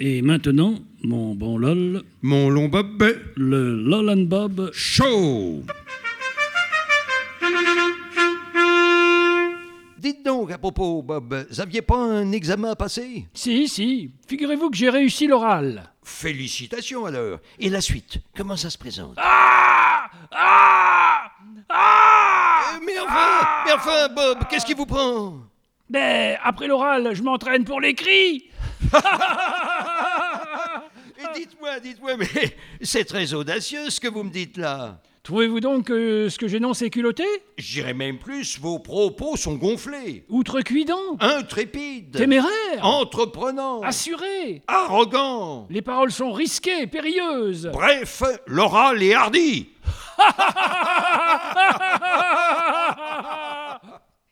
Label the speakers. Speaker 1: Et maintenant, mon bon LOL,
Speaker 2: Mon long bob
Speaker 1: le LOL and Bob.
Speaker 2: chaud.
Speaker 3: Dites donc à propos, Bob, vous aviez pas un examen à passer
Speaker 4: Si, si, figurez-vous que j'ai réussi l'oral.
Speaker 3: Félicitations alors. Et la suite, comment ça se présente
Speaker 4: Ah Ah
Speaker 3: Euh, Mais enfin, mais enfin, Bob, qu'est-ce qui vous prend
Speaker 4: Ben, après l'oral, je m'entraîne pour l'écrit
Speaker 3: Et Eh, Dites-moi, dites-moi, mais c'est très audacieux ce que vous me dites là.
Speaker 4: Trouvez-vous donc que ce que j'énonce est culotté
Speaker 3: J'irai même plus, vos propos sont gonflés,
Speaker 4: Outrecuidant
Speaker 3: intrépides,
Speaker 4: Téméraire
Speaker 3: entreprenants,
Speaker 4: Assuré
Speaker 3: arrogants.
Speaker 4: Les paroles sont risquées, périlleuses
Speaker 3: Bref, l'oral est hardi.